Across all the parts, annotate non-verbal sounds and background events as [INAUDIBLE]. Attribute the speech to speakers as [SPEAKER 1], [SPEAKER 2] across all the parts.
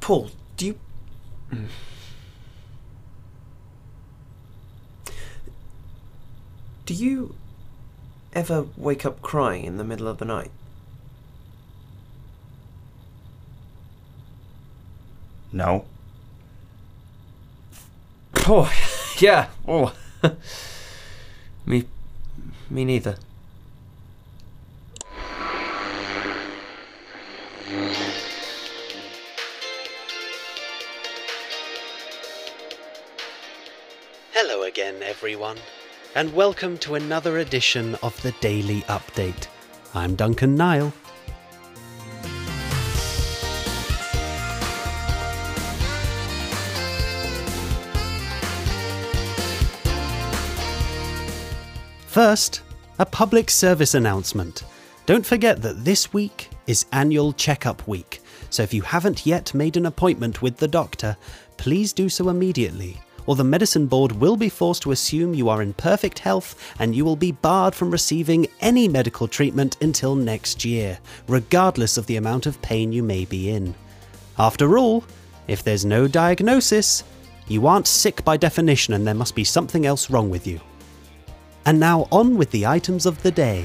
[SPEAKER 1] Paul, do you. Do you ever wake up crying in the middle of the night?
[SPEAKER 2] No.
[SPEAKER 1] Oh, yeah. Oh, [LAUGHS] me, me neither.
[SPEAKER 3] Hello again, everyone, and welcome to another edition of the Daily Update. I'm Duncan Nile. First, a public service announcement. Don't forget that this week is annual checkup week, so if you haven't yet made an appointment with the doctor, please do so immediately, or the medicine board will be forced to assume you are in perfect health and you will be barred from receiving any medical treatment until next year, regardless of the amount of pain you may be in. After all, if there's no diagnosis, you aren't sick by definition and there must be something else wrong with you. And now on with the items of the day.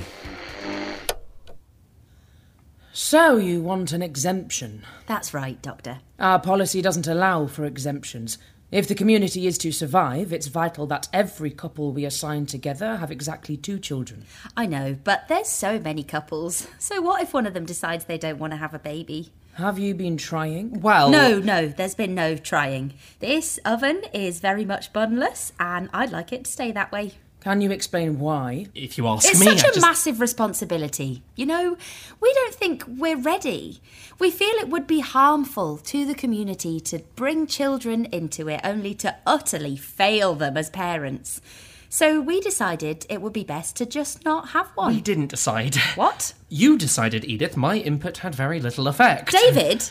[SPEAKER 4] So you want an exemption?
[SPEAKER 5] That's right, Doctor.
[SPEAKER 4] Our policy doesn't allow for exemptions. If the community is to survive, it's vital that every couple we assign together have exactly two children.
[SPEAKER 5] I know, but there's so many couples. [LAUGHS] So what if one of them decides they don't want to have a baby?
[SPEAKER 4] Have you been trying?
[SPEAKER 6] Oh,
[SPEAKER 4] Well,
[SPEAKER 5] No, no, there's been no trying. This oven is very much bunless, and I'd like it to stay that way.
[SPEAKER 4] Can you explain why?
[SPEAKER 6] If you ask
[SPEAKER 5] It's
[SPEAKER 6] me,
[SPEAKER 5] such
[SPEAKER 6] I
[SPEAKER 5] a
[SPEAKER 6] just...
[SPEAKER 5] massive responsibility. You know, we don't think we're ready. We feel it would be harmful to the community to bring children into it only to utterly fail them as parents. So we decided it would be best to just not have one.
[SPEAKER 6] We didn't decide. [LAUGHS]
[SPEAKER 5] What?
[SPEAKER 6] You decided, Edith. My input had very little effect.
[SPEAKER 5] David,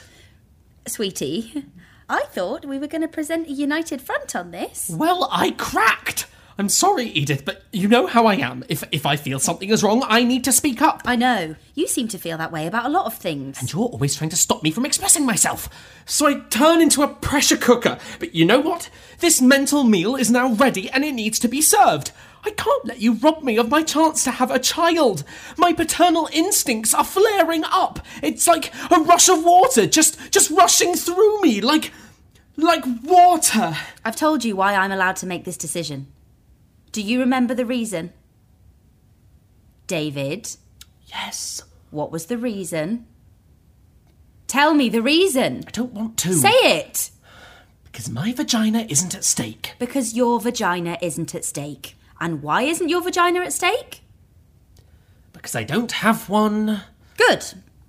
[SPEAKER 5] sweetie, I thought we were going to present a united front on this.
[SPEAKER 6] Well, I cracked. I'm sorry, Edith, but you know how I am. If if I feel something is wrong, I need to speak up.
[SPEAKER 5] I know. You seem to feel that way about a lot of things.
[SPEAKER 6] You're always trying to stop me from expressing myself. So I turn into a pressure cooker. But you know what? This mental meal is now ready and it needs to be served. I can't let you rob me of my chance to have a child. My paternal instincts are flaring up. It's like a rush of water just just rushing through me like like water.
[SPEAKER 5] I've told you why I'm allowed to make this decision. Do you remember the reason? David,
[SPEAKER 6] Yes.
[SPEAKER 5] what was the reason? Tell me the reason.
[SPEAKER 6] I don't want to
[SPEAKER 5] Say it.
[SPEAKER 6] because my vagina isn't at stake.
[SPEAKER 5] Because your vagina isn't at stake. And why isn't your vagina at stake?
[SPEAKER 6] Because I don't have one.
[SPEAKER 5] Good.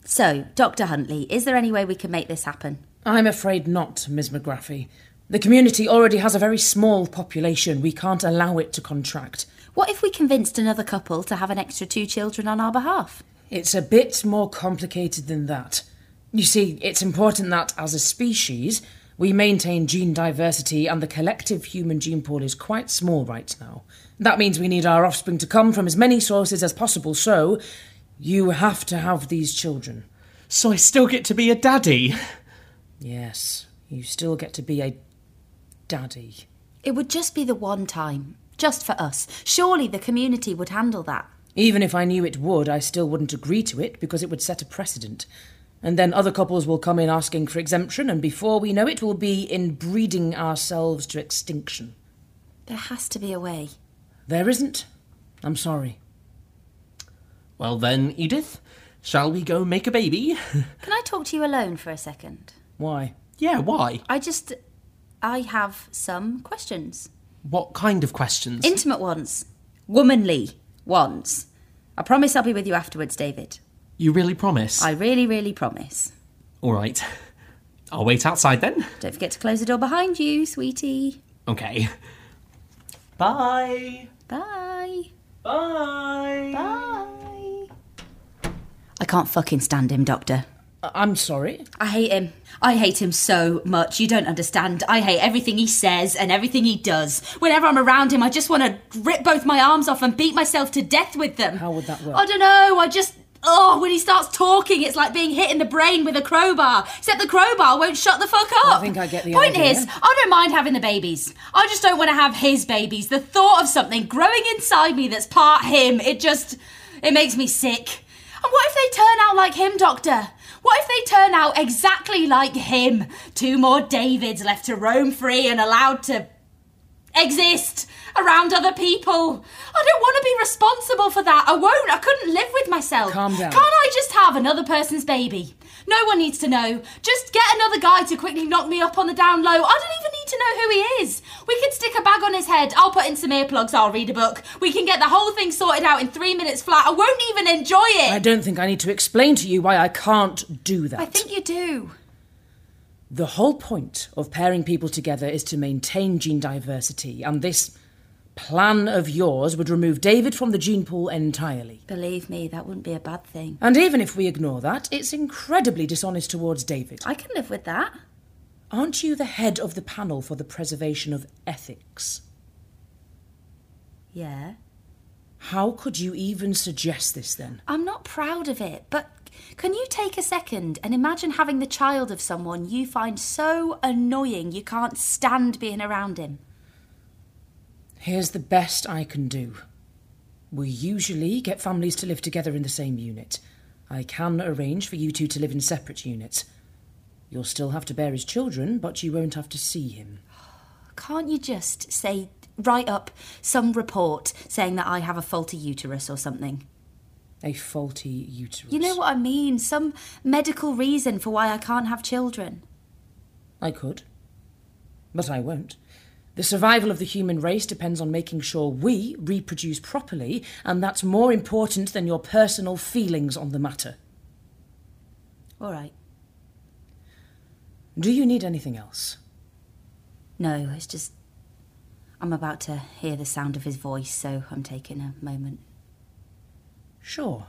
[SPEAKER 5] So, Dr. Huntley, is there any way we can make this happen?
[SPEAKER 4] I'm afraid not, Ms. McGraffy. The community already has a very small population. We can't allow it to contract.
[SPEAKER 5] What if we convinced another couple to have an extra two children on our behalf?
[SPEAKER 4] It's a bit more complicated than that. You see, it's important that as a species, we maintain gene diversity, and the collective human gene pool is quite small right now. That means we need our offspring to come from as many sources as possible, so you have to have these children.
[SPEAKER 6] So I still get to be a daddy.
[SPEAKER 4] Yes, you still get to be a daddy.
[SPEAKER 5] It would just be the one time, just for us. Surely the community would handle that.
[SPEAKER 4] Even if I knew it would, I still wouldn't agree to it because it would set a precedent. And then other couples will come in asking for exemption, and before we know it, we'll be inbreeding ourselves to extinction.
[SPEAKER 5] There has to be a way.
[SPEAKER 4] There isn't. I'm sorry.
[SPEAKER 6] Well then, Edith, shall we go make a baby? [LAUGHS]
[SPEAKER 5] Can I talk to you alone for a second?
[SPEAKER 4] Why?
[SPEAKER 6] Yeah, why?
[SPEAKER 5] I just. I have some questions.
[SPEAKER 6] What kind of questions?
[SPEAKER 5] Intimate ones, womanly ones. I promise I'll be with you afterwards, David.
[SPEAKER 6] you really promise?
[SPEAKER 5] I really, really promise.
[SPEAKER 6] All right. I'll wait outside then.
[SPEAKER 5] Don't forget to close the door behind you, sweetie.
[SPEAKER 6] Okay. Bye.
[SPEAKER 5] Bye.
[SPEAKER 6] Bye.
[SPEAKER 5] Bye. I can't fucking stand him, Doctor.
[SPEAKER 4] I- I'm sorry.
[SPEAKER 5] I hate him. I hate him so much. You don't understand. I hate everything he says and everything he does. Whenever I'm around him, I just want to rip both my arms off and beat myself to death with them.
[SPEAKER 4] How would that work?
[SPEAKER 5] I don't know. I just. Oh, when he starts talking, it's like being hit in the brain with a crowbar. Except the crowbar won't shut the fuck up.
[SPEAKER 4] I think I get the
[SPEAKER 5] Point
[SPEAKER 4] idea.
[SPEAKER 5] is, I don't mind having the babies. I just don't want to have his babies. The thought of something growing inside me that's part him, it just it makes me sick. And what if they turn out like him, Doctor? What if they turn out exactly like him? Two more Davids left to roam free and allowed to exist around other people. I don't want to be responsible for that. I won't. I couldn't live with myself.
[SPEAKER 4] Calm down.
[SPEAKER 5] Can't I just have another person's baby? No one needs to know. Just get another guy to quickly knock me up on the down low. I don't even need to know who he is. We can stick a bag on his head. I'll put in some earplugs. I'll read a book. We can get the whole thing sorted out in three minutes flat. I won't even enjoy it.
[SPEAKER 4] I don't think I need to explain to you why I can't do that.
[SPEAKER 5] I think you do.
[SPEAKER 4] The whole point of pairing people together is to maintain gene diversity, and this plan of yours would remove David from the gene pool entirely.
[SPEAKER 5] Believe me, that wouldn't be a bad thing.
[SPEAKER 4] And even if we ignore that, it's incredibly dishonest towards David.
[SPEAKER 5] I can live with that.
[SPEAKER 4] Aren't you the head of the panel for the preservation of ethics?
[SPEAKER 5] Yeah.
[SPEAKER 4] How could you even suggest this then?
[SPEAKER 5] I'm not proud of it, but can you take a second and imagine having the child of someone you find so annoying you can't stand being around him?
[SPEAKER 4] Here's the best I can do. We usually get families to live together in the same unit. I can arrange for you two to live in separate units. You'll still have to bear his children, but you won't have to see him.
[SPEAKER 5] Can't you just say, write up some report saying that I have a faulty uterus or something?
[SPEAKER 4] A faulty uterus.
[SPEAKER 5] You know what I mean? Some medical reason for why I can't have children.
[SPEAKER 4] I could. But I won't. The survival of the human race depends on making sure we reproduce properly, and that's more important than your personal feelings on the matter.
[SPEAKER 5] All right.
[SPEAKER 4] Do you need anything else?
[SPEAKER 5] No, it's just. I'm about to hear the sound of his voice, so I'm taking a moment.
[SPEAKER 4] Sure.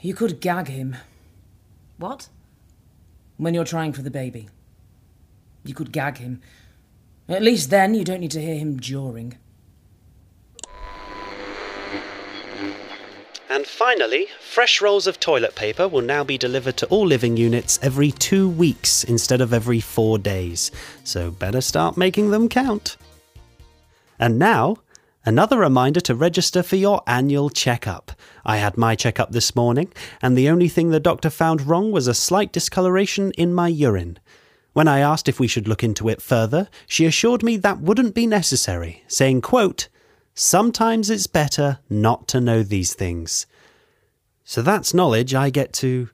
[SPEAKER 4] You could gag him
[SPEAKER 5] What?
[SPEAKER 4] when you're trying for the baby. You could gag him. At least then you don't need to hear him jawing.
[SPEAKER 3] And finally, fresh rolls of toilet paper will now be delivered to all living units every two weeks instead of every four days, so better start making them count. And now, another reminder to register for your annual checkup. I had my checkup this morning, and the only thing the doctor found wrong was a slight discoloration in my urine. When I asked if we should look into it further, she assured me that wouldn't be necessary, saying, quote, Sometimes it's better not to know these things. So that's knowledge I get to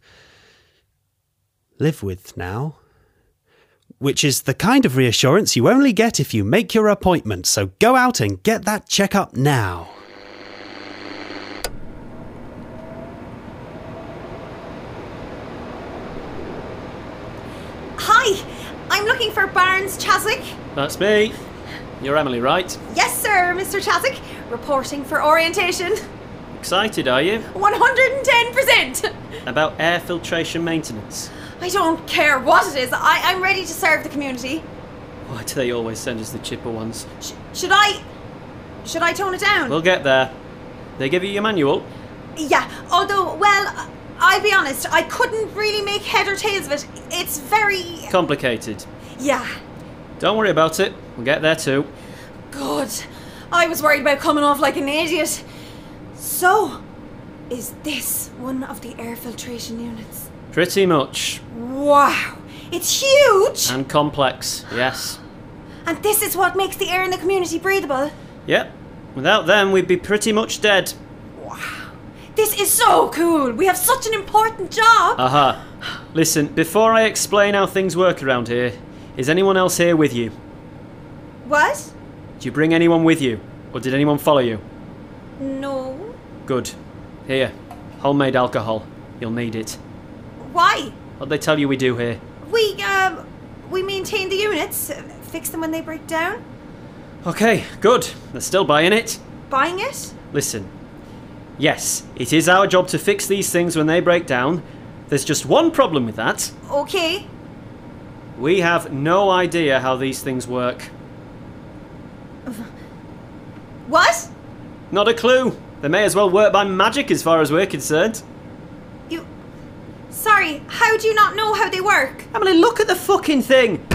[SPEAKER 3] live with now. Which is the kind of reassurance you only get if you make your appointment, so go out and get that checkup now.
[SPEAKER 2] Hi, I'm looking for Barnes Chaswick.
[SPEAKER 7] That's me. You're Emily, right?
[SPEAKER 2] Yes, sir, Mr. Chaswick. Reporting for orientation.
[SPEAKER 7] Excited, are you?
[SPEAKER 2] 110%.
[SPEAKER 7] About air filtration maintenance.
[SPEAKER 2] I don't care what it is. I, I'm ready to serve the community.
[SPEAKER 7] Why do they always send us the chipper ones?
[SPEAKER 2] Sh- should I? Should I tone it down?
[SPEAKER 7] We'll get there. They give you your manual.
[SPEAKER 2] yeah. Although, well, I'll be honest. I couldn't really make head or tails of it. It's very.
[SPEAKER 7] Complicated.
[SPEAKER 2] Yeah.
[SPEAKER 7] Don't worry about it. We'll get there too.
[SPEAKER 2] Good. I was worried about coming off like an idiot. So, is this one of the air filtration units?
[SPEAKER 7] Pretty much.
[SPEAKER 2] Wow. It's huge.
[SPEAKER 7] And complex, yes.
[SPEAKER 2] And this is what makes the air in the community breathable.
[SPEAKER 7] Yep. Without them, we'd be pretty much dead.
[SPEAKER 2] This is so cool. We have such an important job.
[SPEAKER 7] Aha. Listen, before I explain how things work around here, is anyone else here with you?
[SPEAKER 2] what?
[SPEAKER 7] Do you bring anyone with you? Or did anyone follow you?
[SPEAKER 2] No.
[SPEAKER 7] Good. Here. Homemade alcohol. You'll need it.
[SPEAKER 2] Why?
[SPEAKER 7] What they tell you we do here?
[SPEAKER 2] We um we maintain the units, uh, fix them when they break down.
[SPEAKER 7] Okay, good. They're still buying it.
[SPEAKER 2] Buying it?
[SPEAKER 7] Listen. Yes, it is our job to fix these things when they break down. There's just one problem with that.
[SPEAKER 2] Okay.
[SPEAKER 7] We have no idea how these things work.
[SPEAKER 2] What?
[SPEAKER 7] Not a clue. They may as well work by magic as far as we're concerned.
[SPEAKER 2] You. Sorry, how do you not know how they work? Uh,
[SPEAKER 7] Emily, look at the fucking thing.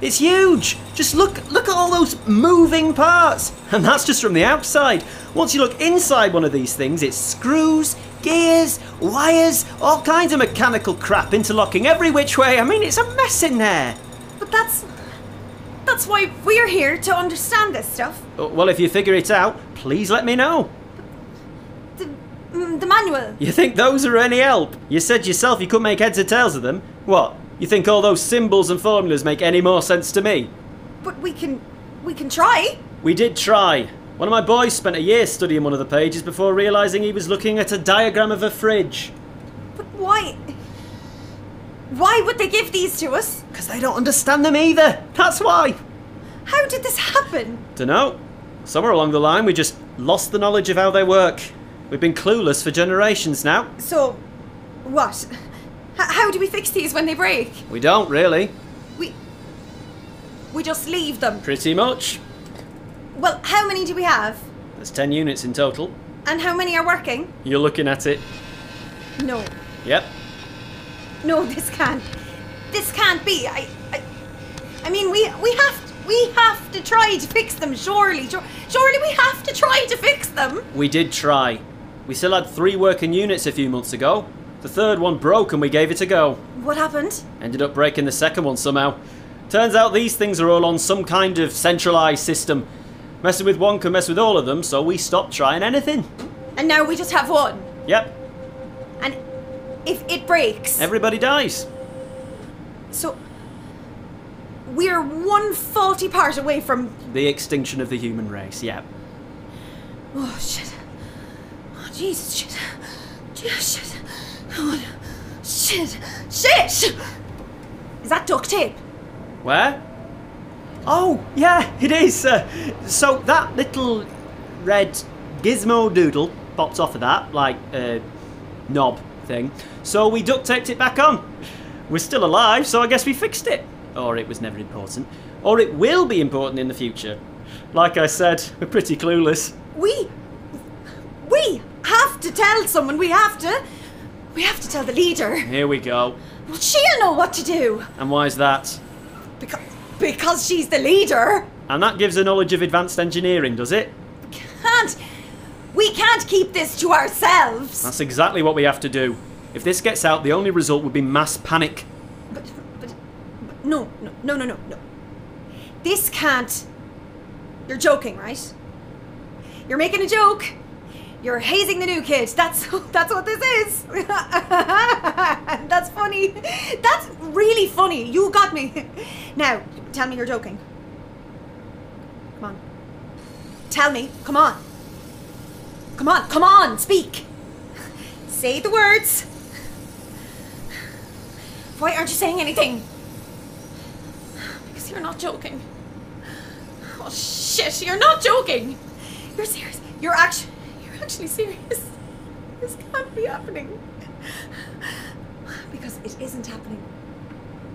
[SPEAKER 7] It's huge. Just look look at all those moving parts. [LAUGHS] And that's just from the outside. Once you look inside one of these things, it's screws, gears, wires, all kinds of mechanical crap interlocking every which way. I mean, it's a mess in there.
[SPEAKER 2] But that's. That's why we're here to understand this stuff.
[SPEAKER 7] Uh, Well, if you figure it out, please let me know.
[SPEAKER 2] The, mm, the manual.
[SPEAKER 7] You think those are any help? You said yourself you couldn't make heads or tails of them. What? You think all those symbols and formulas make any more sense to me?
[SPEAKER 2] But we can. We can try.
[SPEAKER 7] We did try. One of my boys spent a year studying one of the pages before realizing he was looking at a diagram of a fridge.
[SPEAKER 2] But why. Why would they give these to us?
[SPEAKER 7] Because they don't understand them either. That's why.
[SPEAKER 2] How did this happen?
[SPEAKER 7] Dunno. Somewhere along the line, we just lost the knowledge of how they work. We've been clueless for generations now.
[SPEAKER 2] So. What? H- how do we fix these when they break?
[SPEAKER 7] We don't, really.
[SPEAKER 2] We. We just leave them.
[SPEAKER 7] Pretty much.
[SPEAKER 2] Well, how many do we have?
[SPEAKER 7] There's 10 units in total.
[SPEAKER 2] And how many are working?
[SPEAKER 7] You're looking at it.
[SPEAKER 2] No.
[SPEAKER 7] Yep.
[SPEAKER 2] No, this can't. This can't be. I. I, I mean, we we have we have to try to fix them. Surely, Sur- surely we have to try to fix them.
[SPEAKER 7] We did try. We still had three working units a few months ago. The third one broke and we gave it a go.
[SPEAKER 2] What happened?
[SPEAKER 7] Ended up breaking the second one somehow. Turns out these things are all on some kind of centralised system. Messing with one can mess with all of them, so we stopped trying anything.
[SPEAKER 2] And now we just have one.
[SPEAKER 7] Yep,
[SPEAKER 2] And if it breaks,
[SPEAKER 7] everybody dies.
[SPEAKER 2] so we're one faulty part away from.
[SPEAKER 7] The extinction of the human race, yep.
[SPEAKER 2] Oh shit! Oh Jesus! Shit! Jesus! Shit! Oh, shit! Shit! Shit! Is that duct tape?
[SPEAKER 7] Where? Oh, yeah, it is. Uh, so that little red gizmo doodle popped off of that, like, uh, knob thing. So we duct taped it back on. We're still alive, so I guess we fixed it. Or it was never important. Or it will be important in the future. Like I said, we're pretty clueless.
[SPEAKER 2] We we have to tell someone. We have to. We have to tell the leader.
[SPEAKER 7] Here we go.
[SPEAKER 2] Well, she'll know what to do
[SPEAKER 7] And why's that?
[SPEAKER 2] because because she's the leader.
[SPEAKER 7] And that gives a knowledge of advanced engineering, does it?
[SPEAKER 2] Can't we can't keep this to ourselves.
[SPEAKER 7] That's exactly what we have to do. If this gets out, the only result would be mass panic.
[SPEAKER 2] But, but, but no no no no no no. This can't. You're joking, right? You're making a joke. You're hazing the new kids. That's [LAUGHS] that's what this is. [LAUGHS] that's funny. That's really funny. You got me. [LAUGHS] Now, tell me you're joking. Come on. Tell me. Come on. Come on. Come on. Speak. [LAUGHS] Say the words. Why aren't you saying anything? Because you're not joking. Oh shit, you're not joking. You're serious. You're actually you're actually serious. This can't be happening. Because it isn't happening.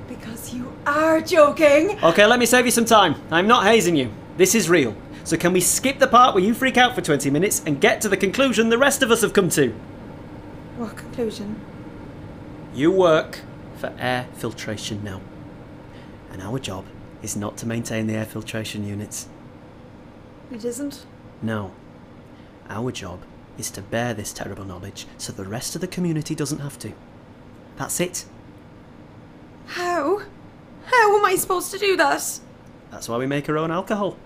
[SPEAKER 2] Because you are joking.
[SPEAKER 7] Okay, let me save you some time. I'm not hazing you. This is real. So can we skip the part where you freak out for 20 minutes and get to the conclusion the rest of us have come to?
[SPEAKER 2] What conclusion?
[SPEAKER 7] You work for air filtration now. And our job is not to maintain the air filtration units.
[SPEAKER 2] It isn't.
[SPEAKER 7] No. Our job is to bear this terrible knowledge so the rest of the community doesn't have to. That's it.
[SPEAKER 2] How? How am I supposed to do that?
[SPEAKER 7] That's why we make our own alcohol.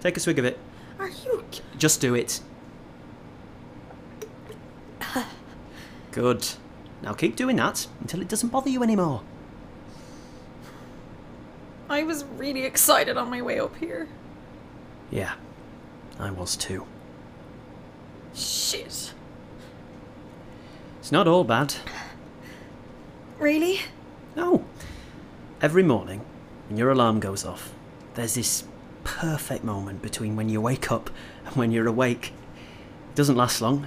[SPEAKER 7] Take a swig of it.
[SPEAKER 2] Are you ki-
[SPEAKER 7] Just do it. Good. Now keep doing that until it doesn't bother you anymore.
[SPEAKER 2] I was really excited on my way up here.
[SPEAKER 7] Yeah, I was too.
[SPEAKER 2] Shit.
[SPEAKER 7] It's not all bad.
[SPEAKER 2] Really?
[SPEAKER 7] No. Every morning, when your alarm goes off, there's this perfect moment between when you wake up and when you're awake. It doesn't last long.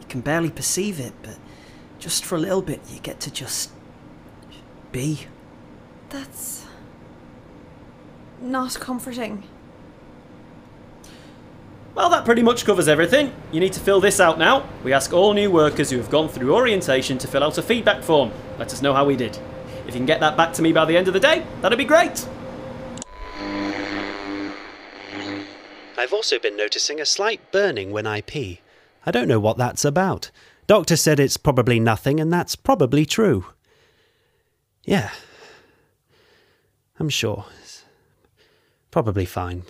[SPEAKER 7] You can barely perceive it, but just for a little bit, you get to just be.
[SPEAKER 2] That's not comforting.
[SPEAKER 7] Well, that pretty much covers everything. You need to fill this out now. We ask all new workers who have gone through orientation to fill out a feedback form. Let us know how we did. If you can get that back to me by the end of the day, that'd be great.
[SPEAKER 3] I've also been noticing a slight burning when I pee. I don't know what that's about. Doctor said it's probably nothing, and that's probably true. Yeah. I'm sure. It's probably fine.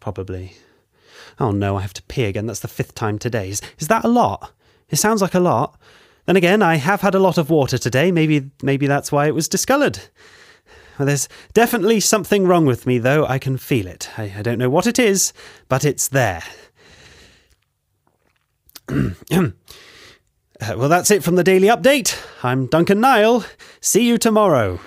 [SPEAKER 3] Probably. Oh no, I have to pee again. That's the fifth time today. Is, is that a lot? It sounds like a lot. Then again, I have had a lot of water today. Maybe maybe that's why it was discoloured. Well, there's definitely something wrong with me, though. I can feel it. I, I don't know what it is, but it's there. [CLEARS THROAT] Uh, well, that's it from the Daily Update. I'm Duncan Nile. See you tomorrow.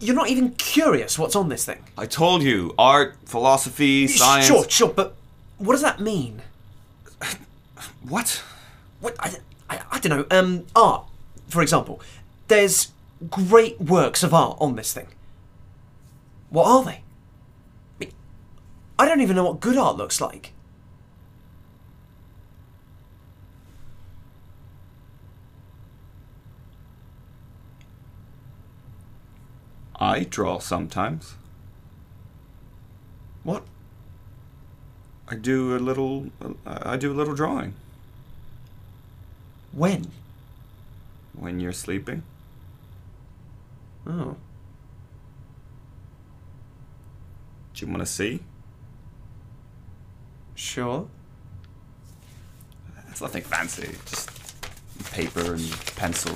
[SPEAKER 1] You're not even curious what's on this thing.
[SPEAKER 8] I told you, art, philosophy, science.
[SPEAKER 1] Sure, sure, but what does that mean?
[SPEAKER 8] What?
[SPEAKER 1] What I, I, I don't know. Um, art, for example. There's great works of art on this thing. What are they? I, mean, I don't even know what good art looks like.
[SPEAKER 8] I draw sometimes. What? I do a little. I do a little drawing
[SPEAKER 1] When?
[SPEAKER 8] when you're sleeping.
[SPEAKER 1] Oh.
[SPEAKER 8] Do you want to see?
[SPEAKER 1] Sure.
[SPEAKER 8] It's nothing fancy. Just paper and pencil.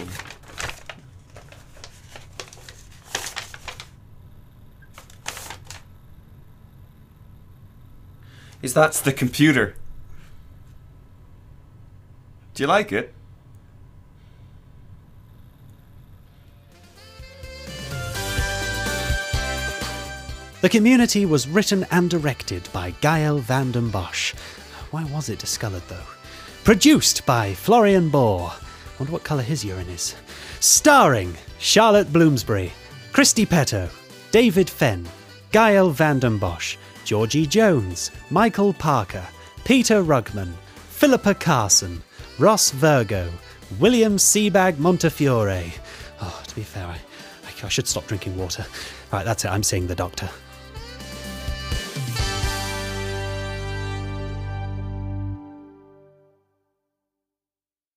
[SPEAKER 1] Is that
[SPEAKER 8] It's the computer. Do you like it?
[SPEAKER 3] The community was written and directed by Gael van den Bosch. Why was it discoloured though? Produced by Florian Bohr. Wonder what colour his urine is. Starring Charlotte Bloomsbury, Christy Petto, David Fenn, Gael van den Bosch, Georgie Jones, Michael Parker, Peter Rugman, Philippa Carson, Ross Virgo, William Seabag Montefiore. Oh, to be fair, I, I should stop drinking water. Right, that's it, I'm seeing the doctor.